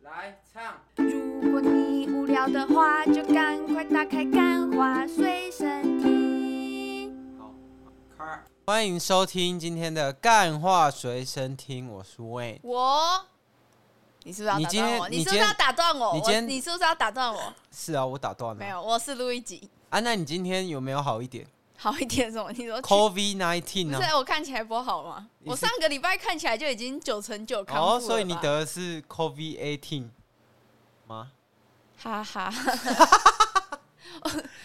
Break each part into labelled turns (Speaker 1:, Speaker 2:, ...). Speaker 1: 来唱。
Speaker 2: 如果你无聊的话，就赶快打开《干花随身听》。
Speaker 1: 好，开。
Speaker 3: 欢迎收听今天的干话随身听，我是 Wayne。
Speaker 4: 我，你是不是要
Speaker 3: 你
Speaker 4: 打断
Speaker 3: 今
Speaker 4: 我？
Speaker 3: 天
Speaker 4: 你是不是要打断我？
Speaker 3: 你
Speaker 4: 我
Speaker 3: 今天
Speaker 4: 你是不是要打断我？
Speaker 3: 是啊，我打断了。
Speaker 4: 没有，我是路易吉。
Speaker 3: 啊，那你今天有没有好一点
Speaker 4: 好一点是什么？你说去
Speaker 3: ？COVID
Speaker 4: 不
Speaker 3: nineteen
Speaker 4: 是
Speaker 3: 啊？
Speaker 4: 我看起来不好吗？
Speaker 3: 你是
Speaker 4: 我上个礼拜看起来就已经九成九康复了
Speaker 3: 哦，
Speaker 4: 吧
Speaker 3: 所以你得的是 COVID eighteen 吗？
Speaker 4: 哈哈。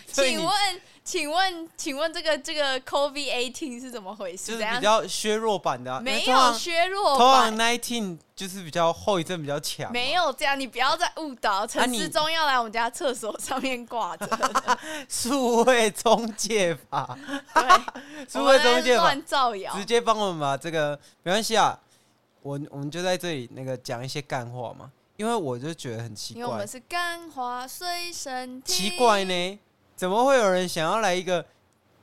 Speaker 3: 所以
Speaker 4: 请
Speaker 3: 你
Speaker 4: 问，请问，请问这个这个 COVID eighteen 是怎么回
Speaker 3: 就
Speaker 4: 事？
Speaker 3: 是
Speaker 4: 怎
Speaker 3: 比
Speaker 4: 样？
Speaker 3: 较削弱版的啊、因为
Speaker 4: 没
Speaker 3: 通
Speaker 4: 有
Speaker 3: 常
Speaker 4: 削弱
Speaker 3: 通常
Speaker 4: 吧？
Speaker 3: nineteen 就是比较后遗症比较强、
Speaker 4: 没，有这样，你不要再误导。陈
Speaker 3: 啊你
Speaker 4: 世忠要来我们家厕所上面 挂着，
Speaker 3: 数位中介法，
Speaker 4: 对，
Speaker 3: 数位
Speaker 4: 我
Speaker 3: 中
Speaker 4: 们
Speaker 3: 介法
Speaker 4: 乱造谣，
Speaker 3: 直接帮我们把这个没关系啊，我我们就在这里那个讲一些干话嘛，因为我就觉得很奇
Speaker 4: 因为我
Speaker 3: 怪
Speaker 4: 们，是干花随身听。
Speaker 3: 奇怪，呢，怎么会有人想要来一个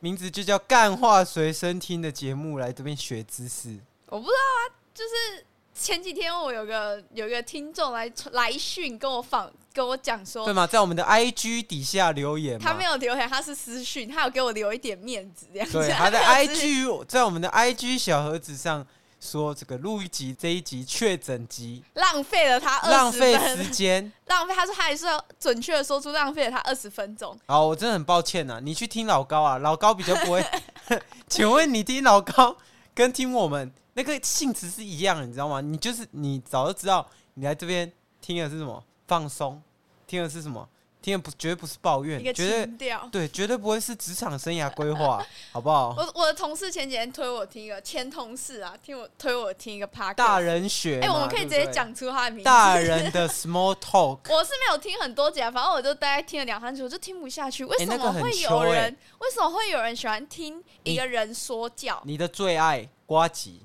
Speaker 3: 名字就叫“干话随身听”的节目来这边学知识？
Speaker 4: 我不知道啊，就是前几天我有个有个听众来来讯跟我访跟我讲
Speaker 3: 对
Speaker 4: 说，
Speaker 3: 吗？在我们的 IG 底下留言嘛，
Speaker 4: 哦他没有留言，他是私讯，他有给我留一点面子这样子。
Speaker 3: 对，啊他在
Speaker 4: 没有私讯
Speaker 3: IG 在我们的 IG 小盒子上说，这个录一集这一集确诊集，
Speaker 4: 浪费了他
Speaker 3: 浪
Speaker 4: 二十
Speaker 3: 费
Speaker 4: 分，
Speaker 3: 时间。
Speaker 4: 浪费。他说他还是要准确的说出浪费了他二十分钟。
Speaker 3: 好，我真的很抱歉呐、啊，你去听老高啊，老高比较不会。 请问你听老高跟听我们那个性质是一样的，你知道吗？你就是你早就知道，你来这边听的是什么放松，听的是什么，听的不绝对不是抱怨
Speaker 4: 一个，
Speaker 3: 绝对
Speaker 4: 情调。
Speaker 3: 对，绝对不会是职场生涯规划，好不好？
Speaker 4: 我我的同事前几天推我听一个前同事啊，听我推我听一个 p a r
Speaker 3: 大人学
Speaker 4: 哎、
Speaker 3: 嘛，
Speaker 4: 我们可以
Speaker 3: 对不
Speaker 4: 直接
Speaker 3: 对
Speaker 4: 讲出他的名字。
Speaker 3: 大人的 small talk。
Speaker 4: 我是没有听很多集啊，反正我就大概听了两三集，我就听不下去。为什
Speaker 3: 那个
Speaker 4: 么
Speaker 3: 很
Speaker 4: 会
Speaker 3: 羞
Speaker 4: 有
Speaker 3: 欸
Speaker 4: 人？为什么会有人喜欢听一个人说教？
Speaker 3: 你的最爱瓜吉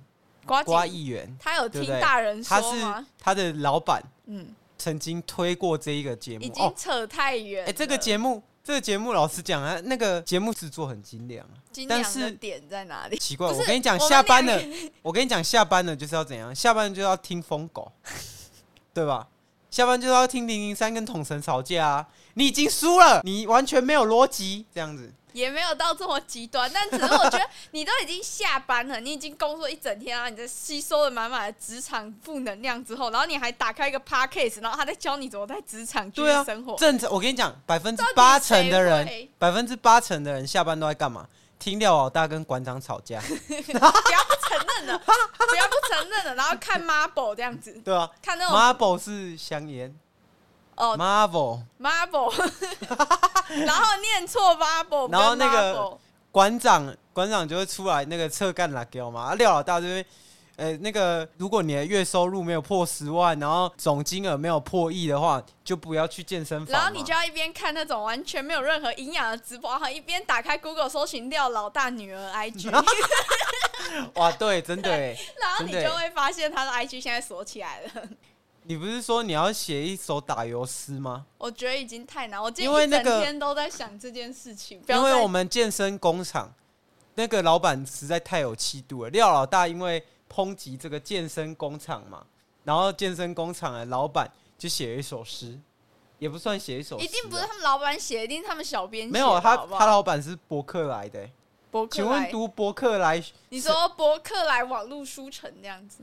Speaker 4: 瓜
Speaker 3: 瓜
Speaker 4: 吉
Speaker 3: 议员，
Speaker 4: 他有
Speaker 3: 对
Speaker 4: 听
Speaker 3: 不对
Speaker 4: 大人
Speaker 3: 他
Speaker 4: 说
Speaker 3: 是
Speaker 4: 吗？
Speaker 3: 他的老板
Speaker 4: 嗯，
Speaker 3: 曾经推过这一个节目
Speaker 4: 已
Speaker 3: 哦
Speaker 4: 经，扯太远
Speaker 3: 哎、
Speaker 4: 了。
Speaker 3: 这个节目这个节目老实讲啊，那个节目制作很精良 啊，
Speaker 4: 精
Speaker 3: 但
Speaker 4: 良
Speaker 3: 是
Speaker 4: 的点在哪里？
Speaker 3: 奇怪，
Speaker 4: 不是
Speaker 3: 我跟你讲
Speaker 4: 我们
Speaker 3: 下班
Speaker 4: 两
Speaker 3: 了，我跟你讲下班了就是要怎样，下班就要听疯狗，对吧？下班就是要听零零三跟统神吵架啊！你已经输了，你完全没有逻辑，这样子。
Speaker 4: 也没有到这么极端， 但只是我觉得你都已经下班了，你已经工作一整天啊，你在吸收了满满的职场负能量之后，然后你还打开一个 podcast，然后他在教你怎么在职场继
Speaker 3: 对啊
Speaker 4: 续生活。
Speaker 3: 正常，我跟你讲，百分之
Speaker 4: 到底
Speaker 3: 八成
Speaker 4: 谁
Speaker 3: 的人
Speaker 4: 会，
Speaker 3: 百分之八成的人下班都在干嘛？听廖老大跟馆长吵架，
Speaker 4: 不要不承认了，不要不承认了，然后看 Marble 这样子，
Speaker 3: 对吧
Speaker 4: 看 那种
Speaker 3: ？Marble 是香烟
Speaker 4: 哦
Speaker 3: ，Marvel
Speaker 4: Marble，然 后念错 Marble，
Speaker 3: 然后那个馆长，馆长就会出来那个侧干拉给我嘛。啊廖老大这边，呃，那个如果你的月收入没有破十万，然后总金额没有破亿的话，就不要去健身房嘛。
Speaker 4: 然后你就要一边看那种完全没有任何营养的直播，然后一边打开 Google 搜寻掉老大女 儿 IG，
Speaker 3: 哇，对，真的耶，
Speaker 4: 然后你
Speaker 3: 真的
Speaker 4: 就会发现他的 IG 现在锁起来了。
Speaker 3: 你不是说你要写一首打油诗吗？
Speaker 4: 我觉得已经太难，我今
Speaker 3: 因为
Speaker 4: 天一
Speaker 3: 那
Speaker 4: 整
Speaker 3: 个
Speaker 4: 天都在想这件事情。不要
Speaker 3: 因为
Speaker 4: 再
Speaker 3: 我们健身工厂那个老板实在太有气度了，廖老大因为抨击这个健身工厂嘛，然后健身工厂的老板就写了一首诗，也不算写一首诗啊，
Speaker 4: 一定不是他们老板写，一定是他们小编写的
Speaker 3: 没有他
Speaker 4: 好不好
Speaker 3: 他老板是伯克莱的欸、
Speaker 4: 博客
Speaker 3: 请问
Speaker 4: 来
Speaker 3: 读伯克莱，
Speaker 4: 你说博客来网络书城这样子？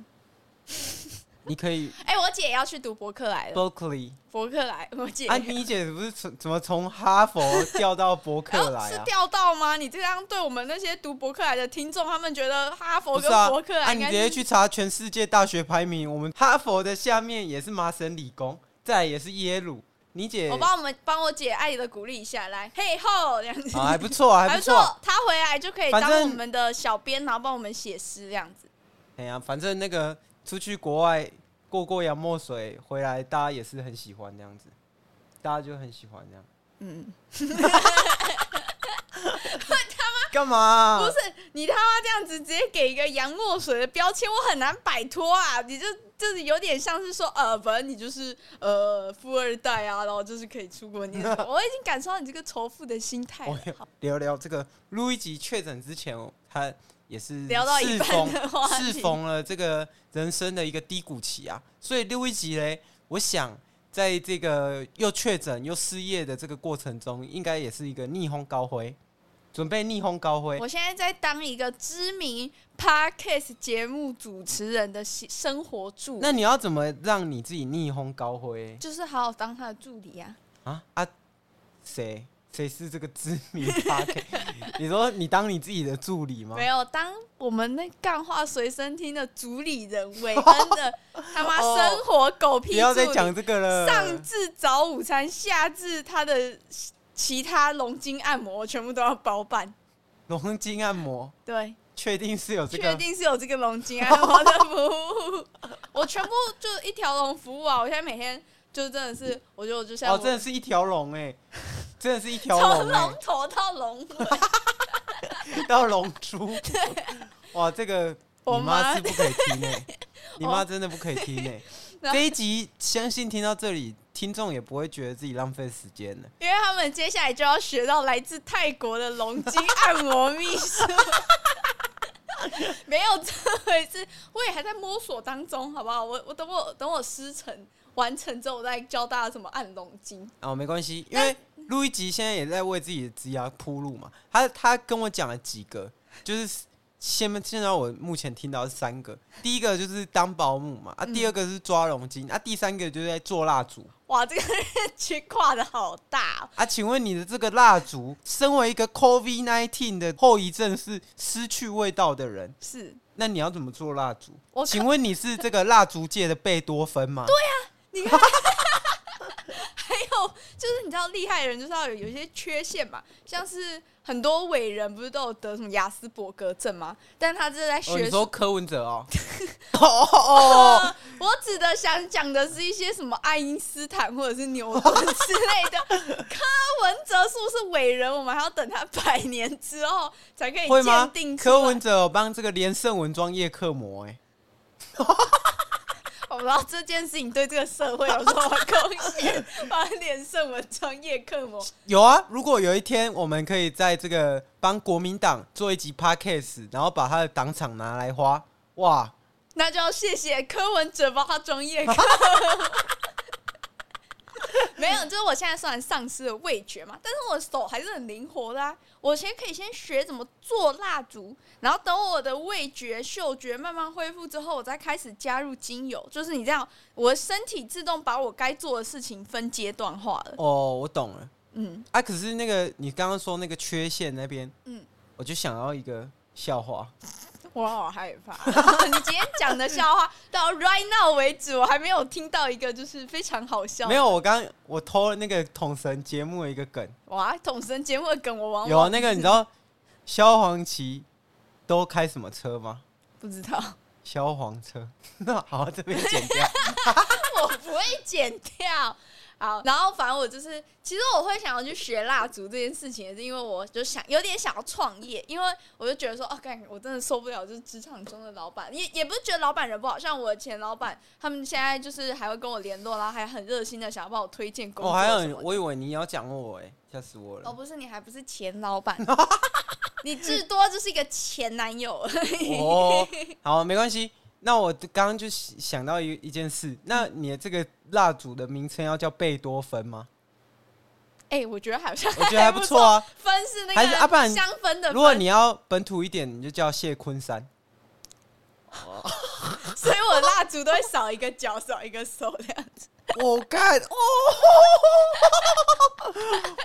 Speaker 3: 你可 以
Speaker 4: 哎、我姐也要去读博客来了。
Speaker 3: Berkeley
Speaker 4: 博客来，我姐、
Speaker 3: 啊？你姐不是从怎么从哈佛调到伯克莱
Speaker 4: 哦是
Speaker 3: 啊？
Speaker 4: 调到吗？你这样对我们那些读博客来的听众，他们觉得哈佛
Speaker 3: 不是
Speaker 4: 跟
Speaker 3: 啊
Speaker 4: 博客，
Speaker 3: 啊
Speaker 4: 来应
Speaker 3: 你
Speaker 4: 该
Speaker 3: 直
Speaker 4: 是、
Speaker 3: 接去查全世界大学排名，我们哈佛的下面也是麻省理工，再来也是耶鲁。你姐
Speaker 4: 我帮我们帮我姐爱的鼓励一下，来，嘿吼这样子，
Speaker 3: 啊，还不错，啊，
Speaker 4: 哦还
Speaker 3: 还
Speaker 4: 不
Speaker 3: 不错。
Speaker 4: 错。她回来就可以
Speaker 3: 反
Speaker 4: 当我
Speaker 3: 正
Speaker 4: 们的小编，然后帮我们写诗这样子。
Speaker 3: 哎呀，反正那个出去国外过过洋墨水，回来大家也是很喜欢这样子，大家就很喜欢这样。
Speaker 4: 嗯，
Speaker 3: 干嘛啊、
Speaker 4: 不是你他妈这样子直接给一个洋墨水的标签，我很难摆脱啊！你就就是有点像是说，呃，反正你就是呃富二代啊，然后就是可以出国念 书。我已经感受到你这个仇富的心态
Speaker 3: 我
Speaker 4: 了。好
Speaker 3: 聊聊这个路易吉确诊之前，他也是
Speaker 4: 聊到一
Speaker 3: 适
Speaker 4: 半
Speaker 3: 逢
Speaker 4: 的话题
Speaker 3: 适逢了这个人生的一个低谷期啊。所以路易吉嘞，我想在这个又确诊又失业的这个过程中，应该也是一个逆风高飞，准备逆风高飞。
Speaker 4: 我现在在当一个知名 podcast 节目主持人的生生活助
Speaker 3: 那
Speaker 4: 理，
Speaker 3: 你要怎么让你自己逆风高飞
Speaker 4: 就是好好当他的助理啊。
Speaker 3: 啊啊？谁谁是这个知 名 p a 你说你当你自己的助理吗？
Speaker 4: 没有，当我们那干话随身听的主理人韦恩 的他妈
Speaker 3: 哦
Speaker 4: 生活狗
Speaker 3: 不
Speaker 4: 屁
Speaker 3: 要
Speaker 4: 助
Speaker 3: 再
Speaker 4: 理，
Speaker 3: 讲这个了。
Speaker 4: 上至早午餐，下至他的其他龙筋按摩，全部都要包办。
Speaker 3: 龙筋按摩，
Speaker 4: 对，
Speaker 3: 确定是有这
Speaker 4: 确
Speaker 3: 个
Speaker 4: 定是有这个龙筋按摩的服务，我全部就一条龙服务啊！我现在每天就真的是，我觉得我就像
Speaker 3: 哦，
Speaker 4: 我
Speaker 3: 真的是一条龙哎，真的是一条
Speaker 4: 从
Speaker 3: 龙哎
Speaker 4: 龙，头到龙尾，
Speaker 3: 到龙珠。哇，这个
Speaker 4: 我
Speaker 3: 你妈
Speaker 4: 妈
Speaker 3: 是不可以听 哎、你妈真的不可以听哎、
Speaker 4: 然后
Speaker 3: 这一集相信听到这里，听众也不会觉得自己浪费时间了。
Speaker 4: 因为他们接下来就要学到来自泰国的龙 筋按摩秘术。没有这回事，我也还在摸索当中，好不好？我我等我等我师承完成之后，我再教大家怎么按龙筋。
Speaker 3: 哦，没关系，因为录一集现在也在为自己的职涯铺路嘛。他他跟我讲了几个，就是现现在我目前听到是三个，第一个就是当保姆嘛，啊，
Speaker 4: 嗯
Speaker 3: 第二个是抓龙筋，啊，第三个就是在做蜡烛。
Speaker 4: 哇，这个 区跨的好大、哦，
Speaker 3: 啊，请问你的这个蜡烛，身为一个 COVID nineteen 的后遗症是失去味道的人，
Speaker 4: 是
Speaker 3: 那你要怎么做蜡烛？
Speaker 4: 我看
Speaker 3: 请问你是这个蜡烛界的贝多芬吗？对，
Speaker 4: 你看，还有就是你知道厉害的人就是要有有一些缺陷嘛，像是很多伟人不是都有得什么雅斯伯格症吗？但他这是在
Speaker 3: 哦、
Speaker 4: 学
Speaker 3: 你
Speaker 4: 术、
Speaker 3: 说柯文哲哦，哦 哦哦，
Speaker 4: 我指的想讲的是一些什么爱因斯坦或者是牛顿之类 的。柯文哲是不是伟人？我们还要等他百年之后才可以
Speaker 3: 会吗
Speaker 4: 鉴定？出来
Speaker 3: 柯文，哲有帮这个连胜文装夜克膜、哎，
Speaker 4: 我不知道哦这件事情对这个社会有什么贡 献，把脸圣文章叶克膜。
Speaker 3: 有啊。如果有一天我们可以在这个帮国民党做一集 podcast，然后把他的党场拿来花，哇，
Speaker 4: 那就要谢谢柯文哲帮他装 夜课。没有，就是我现在虽然丧失了味觉嘛，但是我的手还是很灵活的啊。我先可以先学怎么做蜡烛，然后等我的味觉、嗅觉慢慢恢复之后，我再开始加入精油。就是你这样，我的身体自动把我该做的事情分阶段化了。
Speaker 3: 哦，我懂了。
Speaker 4: 嗯，
Speaker 3: 啊，可是那个你刚刚说那个缺陷那边，嗯
Speaker 4: 嗯，
Speaker 3: 我就想要一个笑话。
Speaker 4: 我好害怕。 你今天讲的笑话到 right now 为止，我还没有听到一个就是非常好笑的。
Speaker 3: 没有，我刚我偷了那个统神节目的一个梗，
Speaker 4: 哇，统神节目的梗我往
Speaker 3: 有啊，那个你知道萧煌奇都开什么车吗？
Speaker 4: 不知道，
Speaker 3: 萧煌车， 那好，这边剪掉。
Speaker 4: 我不会剪掉。好，然后反正我就是，其实我会想要去学蜡烛这件事情，也是因为我就想有点想要创业，因为我就觉得说，哦，感觉我真的受不了，就是职场中的老板，也也不是觉得老板人不好，像我的前老板，他们现在就是还会跟我联络，然后还很热心的想要帮我推荐 工
Speaker 3: 我、
Speaker 4: 作
Speaker 3: 哦还
Speaker 4: 什
Speaker 3: 有，
Speaker 4: 么的。
Speaker 3: 我以为你要讲我哎、吓死我
Speaker 4: 哦，
Speaker 3: 了。
Speaker 4: 不是，你还不是前老板， 你至多就是一个前男友而已。
Speaker 3: 哦， 好，没关系。那我刚刚就想到一一件事，那你的这个蜡烛的名称要叫贝多芬吗？
Speaker 4: 哎、我觉得好像
Speaker 3: 我觉得还不错啊。
Speaker 4: 分是那
Speaker 3: 还是啊不
Speaker 4: 个
Speaker 3: 然
Speaker 4: 香氛的
Speaker 3: 如果
Speaker 4: 分
Speaker 3: 你要本土一点，你就叫谢坤山。
Speaker 4: 所以我蜡烛都会少一个脚，少一个手这样子。
Speaker 3: 我看哦，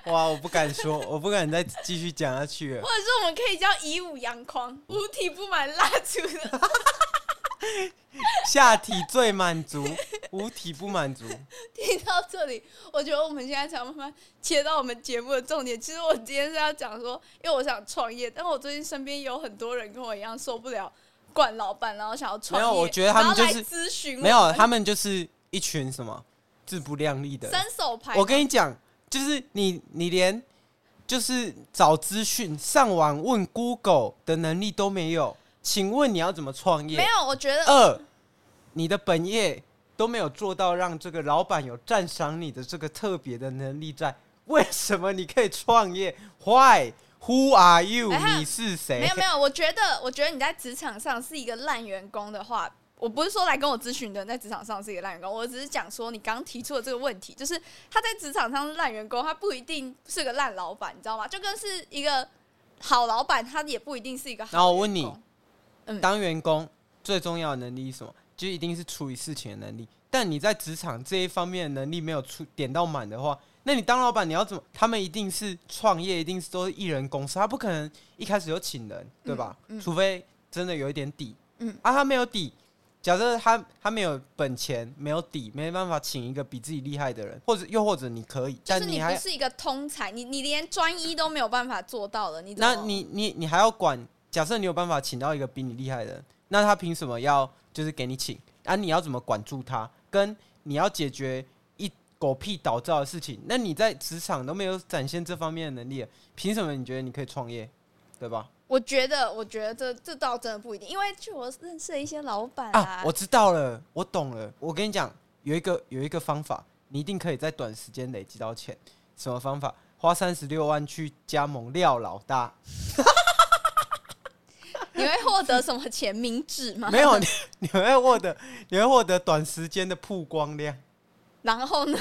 Speaker 3: 哇！我不敢说，我不敢再继续讲下去了
Speaker 4: 或。者是我们可以叫以武扬匡，五体不满蜡烛的
Speaker 3: 下体最满 足，五体不满足。
Speaker 4: 听到这里，我觉得我们现在才慢慢切到我们节目的重点。其实我今天是要讲说，因为我想创业，但我最近身边有很多人跟我一样受不了惯老板，然后想要创业，
Speaker 3: 没有我觉得他们就是
Speaker 4: 然后来咨询我，
Speaker 3: 没有，他们就是一群什么自不量力的人。
Speaker 4: 伸手牌，
Speaker 3: 我跟你讲，就是你，你连就是找资讯、上网问 Google 的能力都没有。请问你要怎么创业
Speaker 4: 没？有，我觉得
Speaker 3: 二，你的本业都没有做到让这个老板有赞赏你的这个特别的能力在，为什么你可以创业？Why? Who are you？、
Speaker 4: 哎哈
Speaker 3: 你是谁？
Speaker 4: 没有没有，我觉得我觉得你在职场上是一个烂员工的话，我不是说来跟我咨询的人在职场上是一个烂员工，我只是讲说你刚刚提出的这个问题，就是他在职场上是烂员工，他不一定是个烂老板，你知道吗？就跟是一个好老板，他也不一定是一个好。
Speaker 3: 然后我问你，
Speaker 4: 嗯
Speaker 3: 当员工最重要的能力是什么？就一定是处理事情的能力。但你在职场这一方面的能力没有出点到满的话，那你当老板你要怎么？他们一定是创业，一定是都是一人公司，他不可能一开始就请人，对吧？
Speaker 4: 嗯
Speaker 3: 除非真的有一点底，
Speaker 4: 嗯
Speaker 3: 啊，他没有底。假设他他没有本钱，没有底，没办法请一个比自己厉害的人，或者又或者你可以，
Speaker 4: 就
Speaker 3: 但
Speaker 4: 是你
Speaker 3: 还
Speaker 4: 不是一个通才，你你连专一都没有办法做到了，你怎么
Speaker 3: 那你你你还要管？假设你有办法请到一个比你厉害的人，那他凭什么要就是给你请？啊，你要怎么管住他？跟你要解决一狗屁倒灶的事情，那你在职场都没有展现这方面的能力了，凭什么你觉得你可以创业？对吧？
Speaker 4: 我觉得，我觉得这这倒真的不一定，因为据我认识的一些老板
Speaker 3: 啊，我知道了，我懂了。我跟你讲，有一个有一个方法，你一定可以在短时间累积到钱。什么方法？花三十六万去加盟廖老大，
Speaker 4: 你会获得什么钱？明智 吗？
Speaker 3: 没有你，你会获得你会获得短时间的曝光量。
Speaker 4: 然后呢？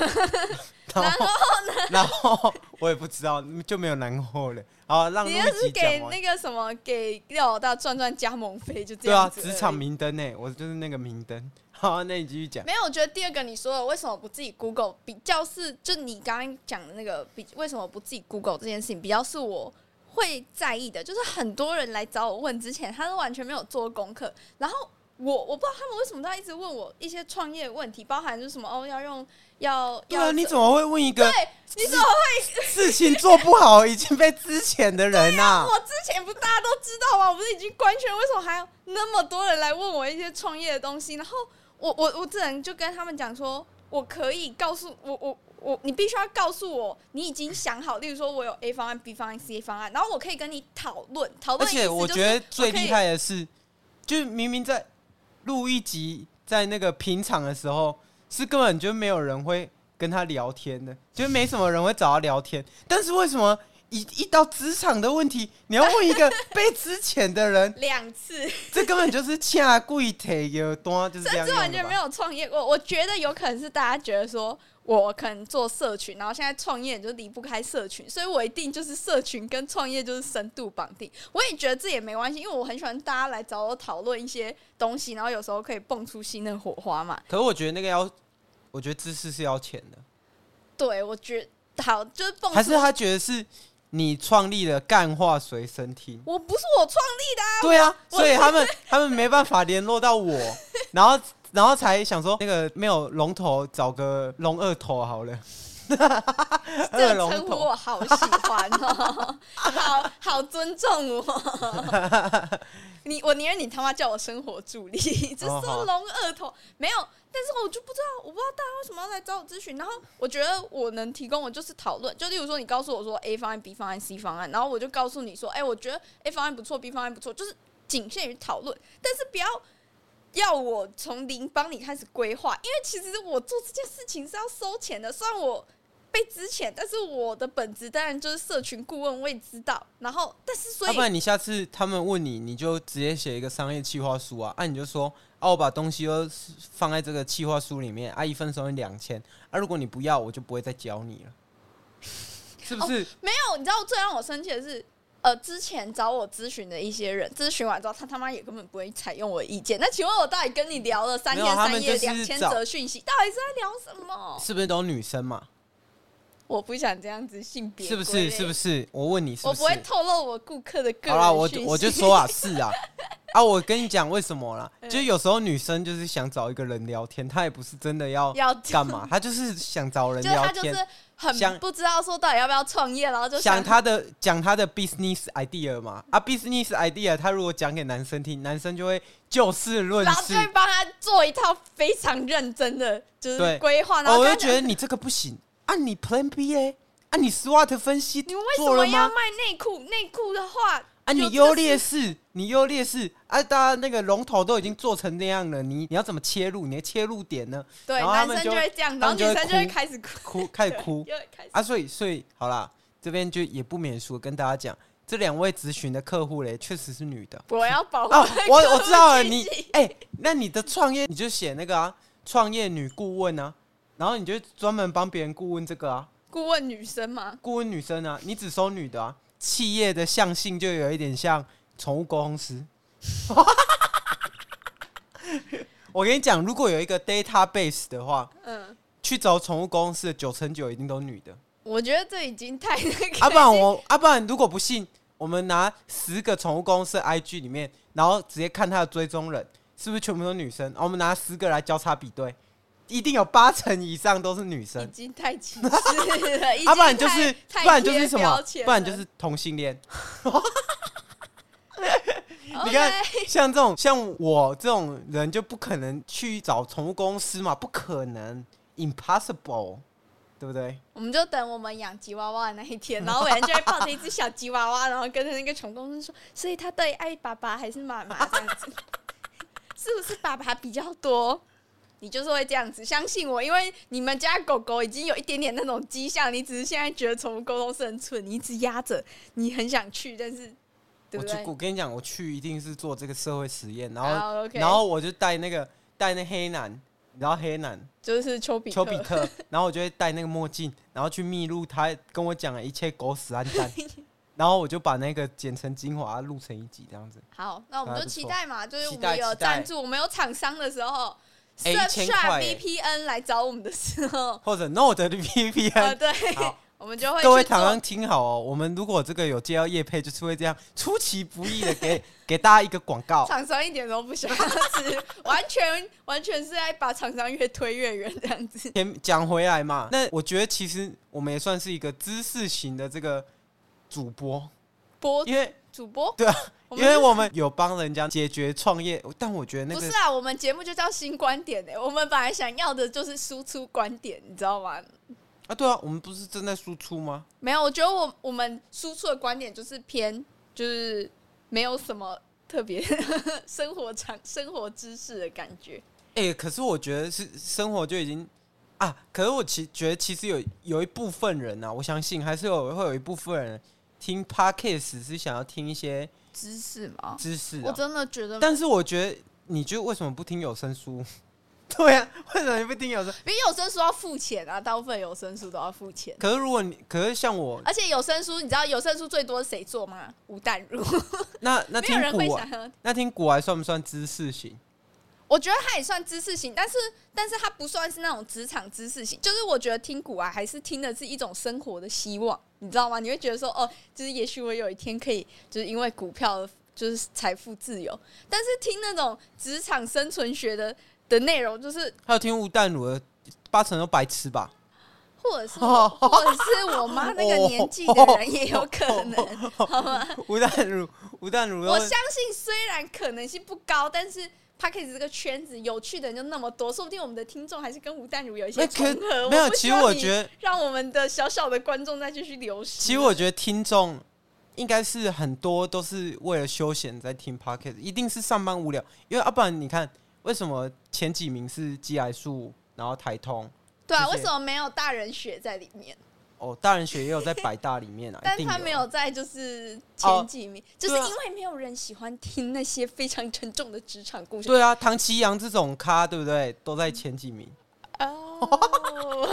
Speaker 3: 然后呢？然后我也不知道，就没有然后了。好，让
Speaker 4: 你
Speaker 3: 路
Speaker 4: 就
Speaker 3: 易吉
Speaker 4: 是给
Speaker 3: 讲哦完
Speaker 4: 那。个什么，给廖老大赚赚加盟费，就这
Speaker 3: 对啊，
Speaker 4: 样子而已。
Speaker 3: 职场明灯呢，我就是那个明灯。好，那你继续讲。
Speaker 4: 没有，我觉得第二个你说的为什么不自己 Google 比较是，就你刚刚讲的那个比为什么不自己 Google 这件事情，比较是我会在意的，就是很多人来找我问之前，他都完全没有做功课，然后我我不知道他们为什么都要一直问我一些创业问题，包含就是什么哦要用要
Speaker 3: 对
Speaker 4: 要
Speaker 3: 啊，你怎么会问一个
Speaker 4: 对你怎么
Speaker 3: 事情做不好已经被之前的人啊？
Speaker 4: 我之前不大家都知道吗？啊我不是已经官宣，为什么还有那么多人来问我一些创业的东西？然后我我我只能就跟他们讲说，我可以告诉我我我，你必须要告诉我你已经想好，例如说我有 A 方案、B 方案、C 方案，然后我可以跟你讨论讨
Speaker 3: 而
Speaker 4: 论。
Speaker 3: 且我觉得最厉害的是，就是明明在录一集在那个平场的时候，是根本就没有人会跟他聊天的，就是没什么人会找他聊天。但是为什么一一到职场的问题，你要问一个被之前的人，
Speaker 4: 两次，
Speaker 3: 这根本就是恰贵腿有多，就是这
Speaker 4: 甚
Speaker 3: 样
Speaker 4: 至完全没
Speaker 3: 有。
Speaker 4: 有创业过。我觉得有可能是大家觉得说。我可能做社群，然后现在创业就离不开社群，所以我一定就是社群跟创业就是深度绑定。我也觉得这也没关系，因为我很喜欢大家来找我讨论一些东西，然后有时候可以蹦出新的火花嘛。
Speaker 3: 可是我觉得那个要，我觉得知识是要钱的。
Speaker 4: 对，我觉得好就是蹦
Speaker 3: 还
Speaker 4: 出
Speaker 3: 是。他觉得是你创立的干话随身听？
Speaker 4: 我不是我创立的啊、
Speaker 3: 对啊，
Speaker 4: 我
Speaker 3: 所以他们他们没办法联络到 我，然后然后才想说那个没有龙头找个龙二头好 了，
Speaker 4: 这
Speaker 3: 二
Speaker 4: 个称
Speaker 3: 龙
Speaker 4: 呼
Speaker 3: 头。
Speaker 4: 我好喜欢 哦，好好尊重我。 你我宁愿你他妈叫我生活助理，这
Speaker 3: 哦好
Speaker 4: 收聋二头没有，但是我就不知道，我不知道大家为什么要来找我咨询。然后我觉得我能提供的就是讨论，就例如说你告诉我说 A 方案、B 方案、C 方案，然后我就告诉你说，哎、我觉得 A 方案不错，B 方案不错，就是仅限于讨论，但是不要要我从零帮你开始规划，因为其实我做这件事情是要收钱的，虽然我被之前，但是我的本职当然就是社群顾问，我也知道。然后，但是所
Speaker 3: 要
Speaker 4: 以
Speaker 3: 啊不然你下次他们问你，你就直接写一个商业计划书啊，啊你就说啊我把东西都放在这个计划书里面，啊一份收你两千，啊如果你不要我就不会再教你了， 是不是？
Speaker 4: 没有，你知道最让我生气的是，呃，之前找我咨询的一些人，咨询完之后，他他妈也根本不会采用我的意见。那请问我到底跟你聊了三
Speaker 3: 没有啊
Speaker 4: 天
Speaker 3: 他们
Speaker 4: 三夜
Speaker 3: 就是
Speaker 4: 两千
Speaker 3: 找
Speaker 4: 则讯息，到底是在聊什么？
Speaker 3: 是不是都女生嘛？
Speaker 4: 我不想这样子性别
Speaker 3: 是不
Speaker 4: 归
Speaker 3: 是？
Speaker 4: 类
Speaker 3: 是不是？我问你是
Speaker 4: 我
Speaker 3: 是？
Speaker 4: 不会透露我顾客的个
Speaker 3: 好啦，
Speaker 4: 人
Speaker 3: 我
Speaker 4: 讯息。
Speaker 3: 我就说啊，是啊，啊，我跟你讲为什么啦，
Speaker 4: 嗯
Speaker 3: 就是有时候女生就是想找一个人聊天，她也不是真的要
Speaker 4: 要
Speaker 3: 干嘛，她就是想找人
Speaker 4: 就是
Speaker 3: 聊
Speaker 4: 他就
Speaker 3: 天，
Speaker 4: 是很
Speaker 3: 想
Speaker 4: 不知道说到底要不要创业，然后就
Speaker 3: 想她的讲她的 business idea 嘛，啊，business idea，她如果讲给男生听，男生就会就事论
Speaker 4: 然后
Speaker 3: 事
Speaker 4: 就，会帮他做一套非常认真的，就是
Speaker 3: 对
Speaker 4: 规划。然
Speaker 3: 哦
Speaker 4: 后
Speaker 3: 我就
Speaker 4: 跟他
Speaker 3: 觉
Speaker 4: 讲
Speaker 3: 得你这个不行，啊，你 Plan B 哎，啊，你 SWOT 分析
Speaker 4: 你为什
Speaker 3: 做
Speaker 4: 么
Speaker 3: 了
Speaker 4: 要
Speaker 3: 吗？
Speaker 4: 卖内裤？内裤的话
Speaker 3: 啊，
Speaker 4: 有
Speaker 3: 你
Speaker 4: 这
Speaker 3: 优
Speaker 4: 个
Speaker 3: 劣势，你优劣势，啊，大家那个龙头都已经做成那样了，你你要怎么切入？你的切入点呢？
Speaker 4: 对
Speaker 3: 然后他
Speaker 4: 男
Speaker 3: 们
Speaker 4: 生
Speaker 3: 就
Speaker 4: 就会这样，
Speaker 3: 他
Speaker 4: 然
Speaker 3: 们
Speaker 4: 后女
Speaker 3: 就会
Speaker 4: 生就会
Speaker 3: 哭
Speaker 4: 开始哭，
Speaker 3: 哭，开始哭啊
Speaker 4: 对又会开始
Speaker 3: 啊！所以，所以好啦，这边就也不免俗，跟大家讲，这两位咨询的客户嘞，确实是女的。
Speaker 4: 我要保护
Speaker 3: 哦，我
Speaker 4: 客户
Speaker 3: 我知道了，
Speaker 4: 信
Speaker 3: 你
Speaker 4: 息
Speaker 3: 哎、那你的创业你就写那个啊，创业女顾问啊，然后你就专门帮别人顾问这个啊，
Speaker 4: 顾问女生嘛，
Speaker 3: 顾问女生啊，你只收女的啊，企业的象性就有一点像宠物沟通师。 我跟你讲，如果有一个 database 的话，
Speaker 4: 嗯，
Speaker 3: 去找宠物公司的九成九一定都是女的。
Speaker 4: 我觉得这已经太那 个。
Speaker 3: 阿啊不然我阿不然如果不信，我们拿十个宠物公司的 IG 里面，然后直接看他的追踪人是不是全部都女生，然后我们拿十个来交叉比对，一定有八成以上都是女
Speaker 4: 已
Speaker 3: 生。
Speaker 4: 经太歧视了，已
Speaker 3: 啊，不然
Speaker 4: 经
Speaker 3: 就是，
Speaker 4: 太
Speaker 3: 不然就是
Speaker 4: 太贴
Speaker 3: 什么
Speaker 4: 标签？了
Speaker 3: 不然就是同性恋。你
Speaker 4: OK
Speaker 3: 看， 像这种像我这种人就不可能去找宠物公司嘛，不可能，impossible，对不对？
Speaker 4: 我们就等我们养吉娃娃的那 一天，然后伟人就会抱着一只小吉娃娃，然后跟着那个宠物公司说，所以他到底爱爸爸还是妈妈这样子， 是不是爸爸比较多？你就是会这样子，相信我，因为你们家狗狗已经有一点点那种迹象，你只是现在觉得宠物沟通是很蠢，你一直压着，你很想去，但是对
Speaker 3: 我
Speaker 4: 不
Speaker 3: 去
Speaker 4: 对，
Speaker 3: 我？跟你讲，我去一定是做这个社会实验，然后
Speaker 4: 好，OK
Speaker 3: 然后我就带那个带那黑男，你知道黑男
Speaker 4: 就是丘比
Speaker 3: 丘
Speaker 4: 特，
Speaker 3: 比特，然后我就会戴那个墨镜，然后去密录他跟我讲的一切狗屎烂 蛋，然后我就把那个剪成精华录成一集这样子。
Speaker 4: 好，那我们就期待嘛，就是我
Speaker 3: 期待
Speaker 4: 们有
Speaker 3: 期待
Speaker 4: 赞助，我们有厂商的时候
Speaker 3: 哎1000
Speaker 4: Surfshark
Speaker 3: 块耶
Speaker 4: VPN 来找我们的 时候，
Speaker 3: 或者 no 的 P P
Speaker 4: 呃，
Speaker 3: N，
Speaker 4: 对
Speaker 3: 好，
Speaker 4: 我们就 会
Speaker 3: 各位
Speaker 4: 去
Speaker 3: 厂
Speaker 4: 做
Speaker 3: 商听好哦，我们如果这个有接到叶配，就是会这样出其不意的给 给大家一个广告。
Speaker 4: 厂商一点都不想要吃， 完全完全是在把厂商越推越远这样子。
Speaker 3: 先讲回来嘛，那我觉得其实我们也算是一个知识型的这个主播，
Speaker 4: 播
Speaker 3: 因为
Speaker 4: 主播
Speaker 3: 对啊，
Speaker 4: 我
Speaker 3: 因
Speaker 4: 们
Speaker 3: 为我们有帮人家解决创业，但我觉得那
Speaker 4: 不
Speaker 3: 个
Speaker 4: 是啊，我们节目就叫新观点呢、我们本来想要的就是输出观点，你知道吗？
Speaker 3: 啊，对啊，我们不是正在输出吗？
Speaker 4: 没有，我觉得我我们输出的观点就是偏，就是没有什么特别 生活常生活知识的感觉。
Speaker 3: 哎、可是我觉得是生活就已经啊，可是我其觉得其实有有一部分人啊，我相信还是有会有一部分人听 podcast 是想要听一些
Speaker 4: 知识吗？
Speaker 3: 知识、
Speaker 4: 我
Speaker 3: 啊，
Speaker 4: 真的觉得，
Speaker 3: 但是我觉得你觉得为什么不听有声书？ 对啊，为什么你不听有声？
Speaker 4: 因为有声书要付钱啊，大部分有声书都要付钱。
Speaker 3: 可是如果你，可是像我，
Speaker 4: 而且有声书，你知道有声书最多谁做吗？吴淡如，
Speaker 3: 那那
Speaker 4: 没有
Speaker 3: 听
Speaker 4: 人会
Speaker 3: 古、
Speaker 4: 想
Speaker 3: 啊，
Speaker 4: 要。
Speaker 3: 那听古还算不算知识型？
Speaker 4: 我觉得他也算知识型，但是但是他不算是那种职场知识型，就是我觉得听古啊，还是听的是一种生活的希望，你知道吗？你会觉得说，哦，就是也许我有一天可以，就是因为股票就是财富自由。但是听那种职场生存学的的内容，就是
Speaker 3: 还有听吴淡如的，八成都白痴吧？
Speaker 4: 或 者是我或者是我妈那个年纪的人也有可能，好吗？
Speaker 3: 吴淡如，吴淡如都
Speaker 4: 我相信，虽然可能性不高，但是 p a c k a g e 这个圈子有趣的人就那么多，说不定我们的听众还是跟吴淡如有一
Speaker 3: 那
Speaker 4: 些重
Speaker 3: 可
Speaker 4: 合。
Speaker 3: 没有，
Speaker 4: 不
Speaker 3: 其
Speaker 4: 希
Speaker 3: 实
Speaker 4: 望
Speaker 3: 我
Speaker 4: 你
Speaker 3: 觉得，
Speaker 4: 让我们的小小的观众再继续流失。
Speaker 3: 其实我觉得听众应该是很多都是为了休闲在听 podcast，一定是上班无聊，因为要、啊不然你看为什么前几名是鸡来素，然后台通
Speaker 4: 对啊，
Speaker 3: 谢谢
Speaker 4: 为什么没有大人学在里面？
Speaker 3: 哦，大人学也有在百大里面啊，一
Speaker 4: 但
Speaker 3: 定
Speaker 4: 他没有在就是前几名，就是
Speaker 3: 对啊
Speaker 4: 因为没有人喜欢听那些非常沉重的职场故事。
Speaker 3: 对啊，唐奇阳这种咖，对不对？都在前几名，
Speaker 4: 哦，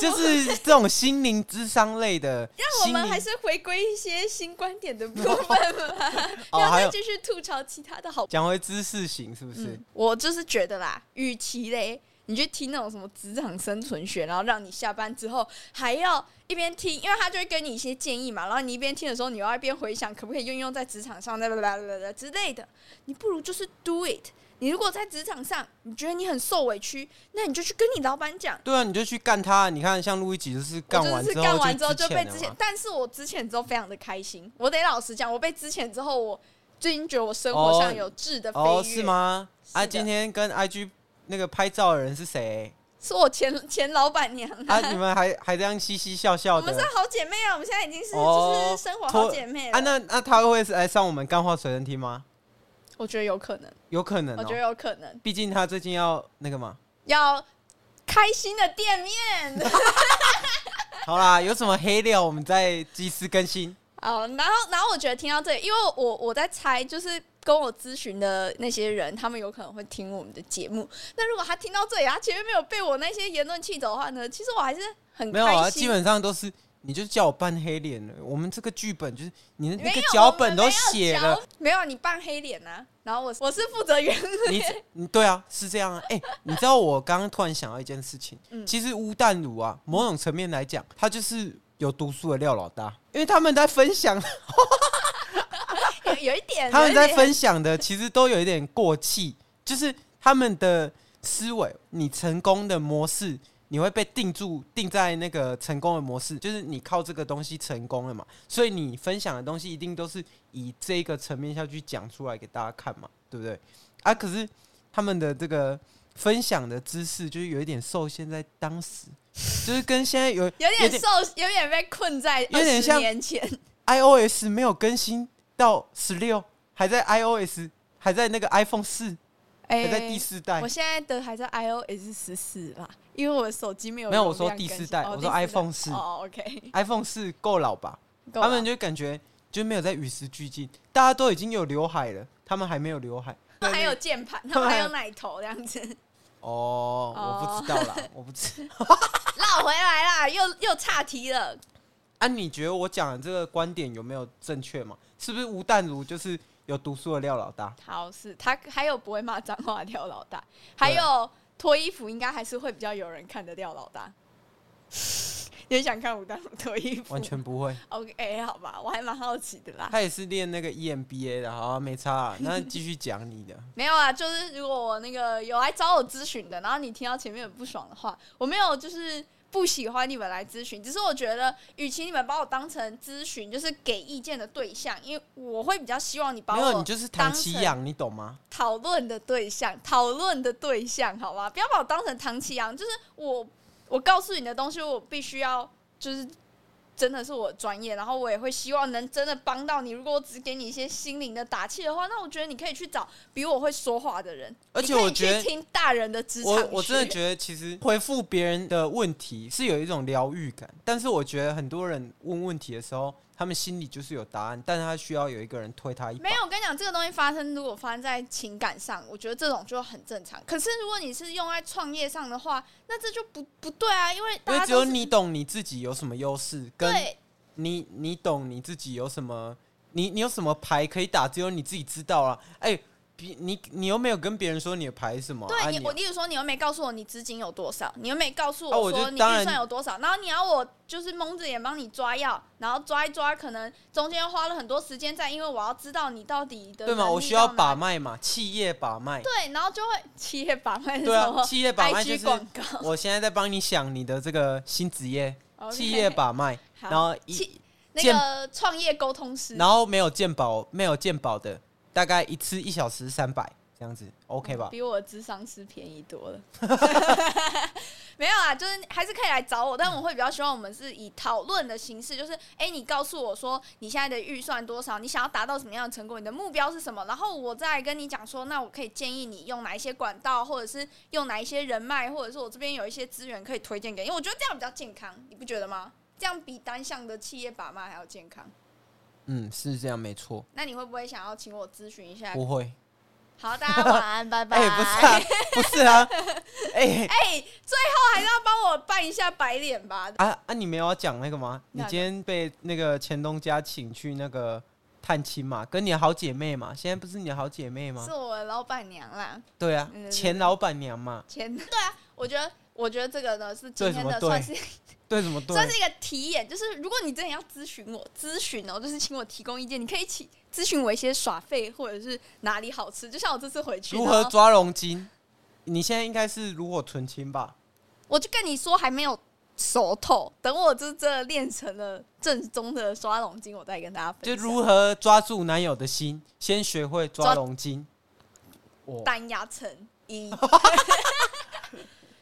Speaker 3: 就是这种心灵智商类的。
Speaker 4: 那我
Speaker 3: 心
Speaker 4: 们
Speaker 3: 灵
Speaker 4: 还是回归一些新观点的 部分吧，
Speaker 3: 哦，
Speaker 4: 让
Speaker 3: 还
Speaker 4: 他
Speaker 3: 有
Speaker 4: 继续吐槽其他的好
Speaker 3: 讲回知识型是不是？
Speaker 4: 嗯，我就是觉得啦，与其嘞，你去听那种什么职场生存学，然后让你下班之后还要一边听，因为他就会给你一些建议嘛，然后你一边听的时候，你又要一边回想可不可以运用在职场上，啦啦啦啦啦之类的。你不如就是 do it。你如果在职场上，你觉得你很受委屈，那你就去跟你老板讲。
Speaker 3: 对啊，你就去干他。你看，像路易吉就是
Speaker 4: 我
Speaker 3: 干完
Speaker 4: 就是
Speaker 3: 之后
Speaker 4: 干完之后
Speaker 3: 就
Speaker 4: 被
Speaker 3: 之
Speaker 4: 之
Speaker 3: 前
Speaker 4: 前，但是我之前之后非常的开心。我得老实讲，我被之前之后，我最近觉得我生活上
Speaker 3: 哦
Speaker 4: 有质的飞跃、
Speaker 3: 哦，是吗？啊，
Speaker 4: 是的
Speaker 3: 今天跟 IG 那个拍照的人是谁？
Speaker 4: 是我前前老板娘
Speaker 3: 啊，你们还还这样嘻嘻笑笑
Speaker 4: 我们
Speaker 3: 的
Speaker 4: 是。好姐妹啊，我们现在已经是
Speaker 3: 哦
Speaker 4: 就是生活好姐妹了。
Speaker 3: 啊，那那他会是来上我们干话随身听吗？
Speaker 4: 我觉得有可能，
Speaker 3: 有可能
Speaker 4: 我觉得
Speaker 3: 哦，
Speaker 4: 有可能
Speaker 3: 毕竟他最近要那个嘛。
Speaker 4: 要开心的店面。
Speaker 3: 好啦，有什么黑料我们再及时更新。
Speaker 4: 好，然后然后我觉得听到这里，因为我我在猜，就是跟我咨询的那些人，他们有可能会听我们的节目。那如果他听到这里，他前面没有被我那些言论气走的话呢，其实我还是很
Speaker 3: 没有啊，
Speaker 4: 开
Speaker 3: 基
Speaker 4: 心。
Speaker 3: 本上都是你就叫我扮黑脸了。我们这个剧本就是你的
Speaker 4: 没
Speaker 3: 那个
Speaker 4: 有啊
Speaker 3: 脚
Speaker 4: 我们
Speaker 3: 本都
Speaker 4: 没有
Speaker 3: 写
Speaker 4: 脚
Speaker 3: 了，
Speaker 4: 没有你扮黑脸呐、然后我我是负责原
Speaker 3: 你你对啊，是这样啊。哎、你知道我刚刚突然想到一件事情，
Speaker 4: 嗯
Speaker 3: 其实乌蛋乳啊，某种层面来讲，他就是有读书的廖老大，因为他们在分享，
Speaker 4: 有有一点，
Speaker 3: 他们在
Speaker 4: 有一点
Speaker 3: 分享的其实都有一点过气， 就是他们的思维，你成功的模式。你会被定住，定在那个成功的模式，就是你靠这个东西成功了嘛，所以你分享的东西一定都是以这个层面下去讲出来给大家看嘛，对不对？啊，可是他们的这个分享的知识就是有一点受限在当时，就是跟现在有
Speaker 4: 有
Speaker 3: 有
Speaker 4: 点
Speaker 3: 点
Speaker 4: 受，有点被困在
Speaker 3: 有点
Speaker 4: 二十
Speaker 3: 像
Speaker 4: 年前。
Speaker 3: iOS 没有更新到十六，还在 iOS，还在那个 iPhone 四，
Speaker 4: 哎
Speaker 3: 还在第四代
Speaker 4: 我。现在的还在 iOS 十四啦，因为我的手机没有
Speaker 3: 没有
Speaker 4: 容
Speaker 3: 我说
Speaker 4: 量
Speaker 3: 第
Speaker 4: 更
Speaker 3: 四
Speaker 4: 新
Speaker 3: 代
Speaker 4: 哦
Speaker 3: 我
Speaker 4: 第
Speaker 3: 说
Speaker 4: 四代
Speaker 3: iPhone 四
Speaker 4: 哦，OK，
Speaker 3: iPhone 四够老吧？
Speaker 4: 够
Speaker 3: 他
Speaker 4: 了
Speaker 3: 们就感觉就没有在与时俱进，大家都已经有刘海了，他们还没有刘海。
Speaker 4: 他们 还有键 盘，他
Speaker 3: 他
Speaker 4: 们
Speaker 3: 们
Speaker 4: 还
Speaker 3: 还
Speaker 4: 有
Speaker 3: 有
Speaker 4: 奶头这样子。
Speaker 3: 哦，
Speaker 4: 哦
Speaker 3: 我不知道 啦，我不知。
Speaker 4: 绕回来啦，又又岔题了。
Speaker 3: 啊，你觉得我讲的这个观点有没有正确嘛？是不是吴淡如就是有读书的廖老大？
Speaker 4: 好，是他还有不会骂脏话的廖老大，还有脱衣服应该还是会比较有人看的廖老大。 你想看武当武脱衣服？
Speaker 3: 完全不会，
Speaker 4: OK，、好吧，我还蛮好奇的啦。
Speaker 3: 他也是练那个 EMBA 的，好、啊，没差、啊。那继续讲你的，
Speaker 4: 没有啊，就是如果我那个有来找我咨询的，然后你听到前面有不爽的话，我没有就是不喜欢你们来咨询，只是我觉得，与其你们把我当成咨询就是给意见的对象，因为我会比较希望你 把
Speaker 3: 没有，
Speaker 4: 我
Speaker 3: 你就是
Speaker 4: 当
Speaker 3: 唐奇
Speaker 4: 成
Speaker 3: 阳，你懂吗？
Speaker 4: 讨论的对象，讨论的对象，好吗？不要把我当成唐奇阳，就是我，我告诉你的东西，我必须要就是。真的是我的专业，然后我也会希望能真的帮到你。如果我只给你一些心灵的打气的话，那我觉得你可以去找比我会说话的人，
Speaker 3: 而且
Speaker 4: 你可以
Speaker 3: 我觉得
Speaker 4: 去听大人的职场
Speaker 3: 我我真的
Speaker 4: 学
Speaker 3: 觉得，其实回复别人的问题是有一种疗愈感，但是我觉得很多人问问题的时候，他们心里就是有答案，但是他需要有一个人推他一把
Speaker 4: 没。有，我跟你讲，这个东西发生，如果发生在情感上，我觉得这种就很正常。可是如果你是用在创业上的话，那这就不不对啊，因为
Speaker 3: 因
Speaker 4: 大
Speaker 3: 为
Speaker 4: 家
Speaker 3: 只有
Speaker 4: 都是
Speaker 3: 你懂你自己有什么优势，跟
Speaker 4: 对
Speaker 3: 你你懂你自己有什么，你你有什么牌可以打，只有你自己知道啊。哎、比你你又没有跟别人说你的牌是什么，啊
Speaker 4: 对你，
Speaker 3: 你
Speaker 4: 我例如说，你又没告诉我你资金有多少，你又没告诉
Speaker 3: 啊我就
Speaker 4: 说你
Speaker 3: 当
Speaker 4: 预
Speaker 3: 然
Speaker 4: 算有多少，然后你要我就是蒙着眼帮你抓药，然后抓一抓，可能中间花了很多时间在，因为我要知道你到底的
Speaker 3: 对吗？
Speaker 4: 能
Speaker 3: 我
Speaker 4: 力
Speaker 3: 需要
Speaker 4: 到哪
Speaker 3: 把脉嘛，企业把脉。
Speaker 4: 对，然后就会企业把脉是
Speaker 3: 对
Speaker 4: 什
Speaker 3: 啊
Speaker 4: 么，
Speaker 3: 企业把脉
Speaker 4: IG
Speaker 3: 就是
Speaker 4: 广告，
Speaker 3: 我现在在帮你想你的这个新职业
Speaker 4: OK
Speaker 3: 企业把脉，
Speaker 4: 哦 好
Speaker 3: 然后一
Speaker 4: 企那
Speaker 3: 健
Speaker 4: 个创业沟通师，
Speaker 3: 然后没有鉴宝，没有鉴宝的，大概一次一小时三百这样子，OK 吧？
Speaker 4: 嗯比我的智商师便宜多了。 没有啊，就是还是可以来找我，但我会比较希望我们是以讨论的形式，就是哎、诶你告诉我说你现在的预算多少，你想要达到什么样的成果，你的目标是什么，然后我再来跟你讲说，那我可以建议你用哪一些管道，或者是用哪一些人脉，或者是我这边有一些资源可以推荐给你，因为我觉得这样比较健康，你不觉得吗？这样比单向的企业把脉还要健康。
Speaker 3: 嗯，是这样，没错，
Speaker 4: 那你会不会想要请我咨询一 下？
Speaker 3: 不会。
Speaker 4: 好，大家晚安，拜拜。
Speaker 3: 哎、不是 啊，不是啊，哎、
Speaker 4: 哎、最后还是要帮我扮一下白脸吧。
Speaker 3: 啊啊，你没有要讲那个吗？你
Speaker 4: 哪个
Speaker 3: 今天被那个钱东家请去那个探亲嘛，跟你的好姐妹嘛，现在不是你的好姐妹吗
Speaker 4: 是？我的老板娘啦，
Speaker 3: 对啊
Speaker 4: 嗯，
Speaker 3: 钱老板娘嘛，
Speaker 4: 前对啊，我觉得我觉得这个呢是今
Speaker 3: 对
Speaker 4: 天
Speaker 3: 什
Speaker 4: 的
Speaker 3: 么对
Speaker 4: 算是
Speaker 3: 对，怎么对？
Speaker 4: 算是一个题眼，就是如果你真的要咨询我，咨询哦，就是请我提供意见，你可以请咨询我一些耍费或者是哪里好吃，就像我这次回去，
Speaker 3: 如何
Speaker 4: 然后
Speaker 3: 抓龙筋？你现在应该是炉火纯青吧？
Speaker 4: 我就跟你说还没有熟透，等我这这练成了正宗的刷龙筋，我再跟大家
Speaker 3: 就
Speaker 4: 分享。
Speaker 3: 如何抓住男友的心，先学会抓
Speaker 4: 抓
Speaker 3: 龙筋。哦
Speaker 4: 单压成 一。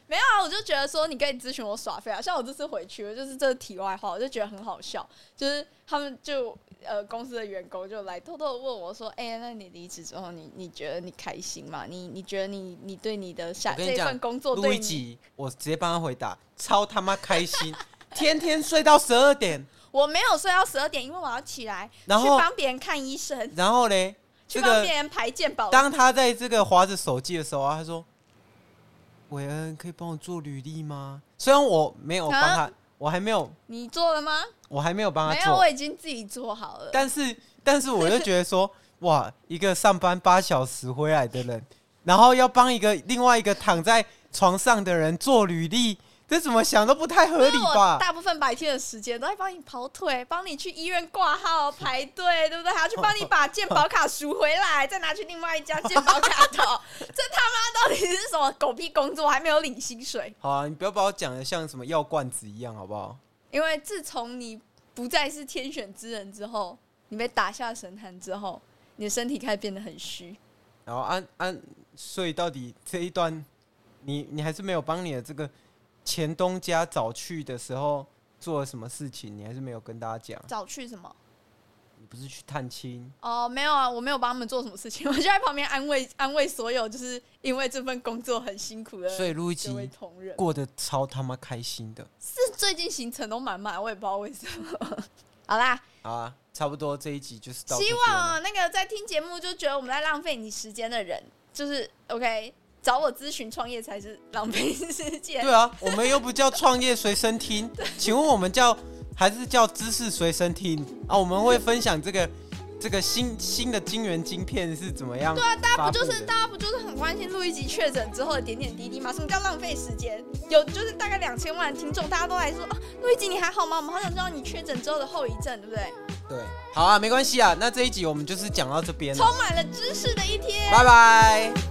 Speaker 4: 没有啊，我就觉得说你可以咨询我耍废啊，像我这次回去，我就是这题外话，我就觉得很好笑，就是他们就呃公司的员工就来偷偷地问我说，哎、那你离职之后，你你觉得你开心吗？你你觉得你你对你的下
Speaker 3: 我跟
Speaker 4: 这
Speaker 3: 你
Speaker 4: 一
Speaker 3: 讲
Speaker 4: 份工作
Speaker 3: 录
Speaker 4: 对
Speaker 3: 一
Speaker 4: 你，
Speaker 3: 集，我直接帮他回答，超他妈开心，天天睡到十二点，
Speaker 4: 我没有睡到十二点，因为我要起来
Speaker 3: 然
Speaker 4: 去
Speaker 3: 后
Speaker 4: 帮别人看医生，
Speaker 3: 然后嘞，
Speaker 4: 去
Speaker 3: 这
Speaker 4: 帮
Speaker 3: 个
Speaker 4: 别人排健保。
Speaker 3: 当他在这个划着手机的时候啊，他说：“韦恩，可以帮我做履历吗？”虽然我没有帮他，我还没有，
Speaker 4: 你做了吗？
Speaker 3: 我还没有帮
Speaker 4: 啊没
Speaker 3: 他
Speaker 4: 有，我
Speaker 3: 做，
Speaker 4: 已经自己啊做好了。
Speaker 3: 但是，但是我就觉得说，哇，一个上班八小时回来的人，然后要帮一个另外一个躺在床上的人做履历，这怎么想都不太合
Speaker 4: 因
Speaker 3: 理
Speaker 4: 为我
Speaker 3: 吧？
Speaker 4: 大部分白天的时间都在帮你跑腿，帮你去医院挂号排队，对不对？还要去帮你把健保卡赎回来，再拿去另外一家健保卡 投。这他妈到底是什么狗屁工作？我还没有领薪水。
Speaker 3: 好啊，你不要把我讲的像什么药罐子一样，好不好？
Speaker 4: 因为自从你不再是天选之人之后，你被打下神坛之后，你的身体开始变得很虚。
Speaker 3: 然后安安，所以到底这一段，你你还是没有帮你的这个前东家早去的时候做了什么事情，你还是没有跟大家讲。
Speaker 4: 早去什么？
Speaker 3: 你不是去探亲，
Speaker 4: 哦，没有啊，我没有帮他们做什么事情，我就在旁边安慰安慰所有就是因为这份工作很辛苦的
Speaker 3: 所以录一
Speaker 4: 这位
Speaker 3: 集
Speaker 4: 同仁。
Speaker 3: 过得超他妈开心的。
Speaker 4: 是最近行程都满满，我也不知道为什么。 好啦，
Speaker 3: 好啊，差不多这一集就是到这
Speaker 4: 希
Speaker 3: 边
Speaker 4: 望
Speaker 3: 了。
Speaker 4: 啊那个在听节目就觉得我们在浪费你时间的人，就是 OK，找我咨询创业才是浪费时间。
Speaker 3: 对啊，我们又不叫创业随身 听，请问我们叫还是叫知识随身听啊？我们会分享这个这个新新的晶圆晶片是怎么样发布的？对啊，
Speaker 4: 不就是大家不就是很关心路易吉确诊之后的点点滴滴吗？什么叫浪费时间？有就是大概两千万听众，大家都来说啊，路易吉你还好吗？我们好想知道你确诊之后的后遗症，对不对？
Speaker 3: 对，好啊，没关系啊。那这一集我们就是讲到这边了，
Speaker 4: 充满了知识的一天。
Speaker 3: 拜拜。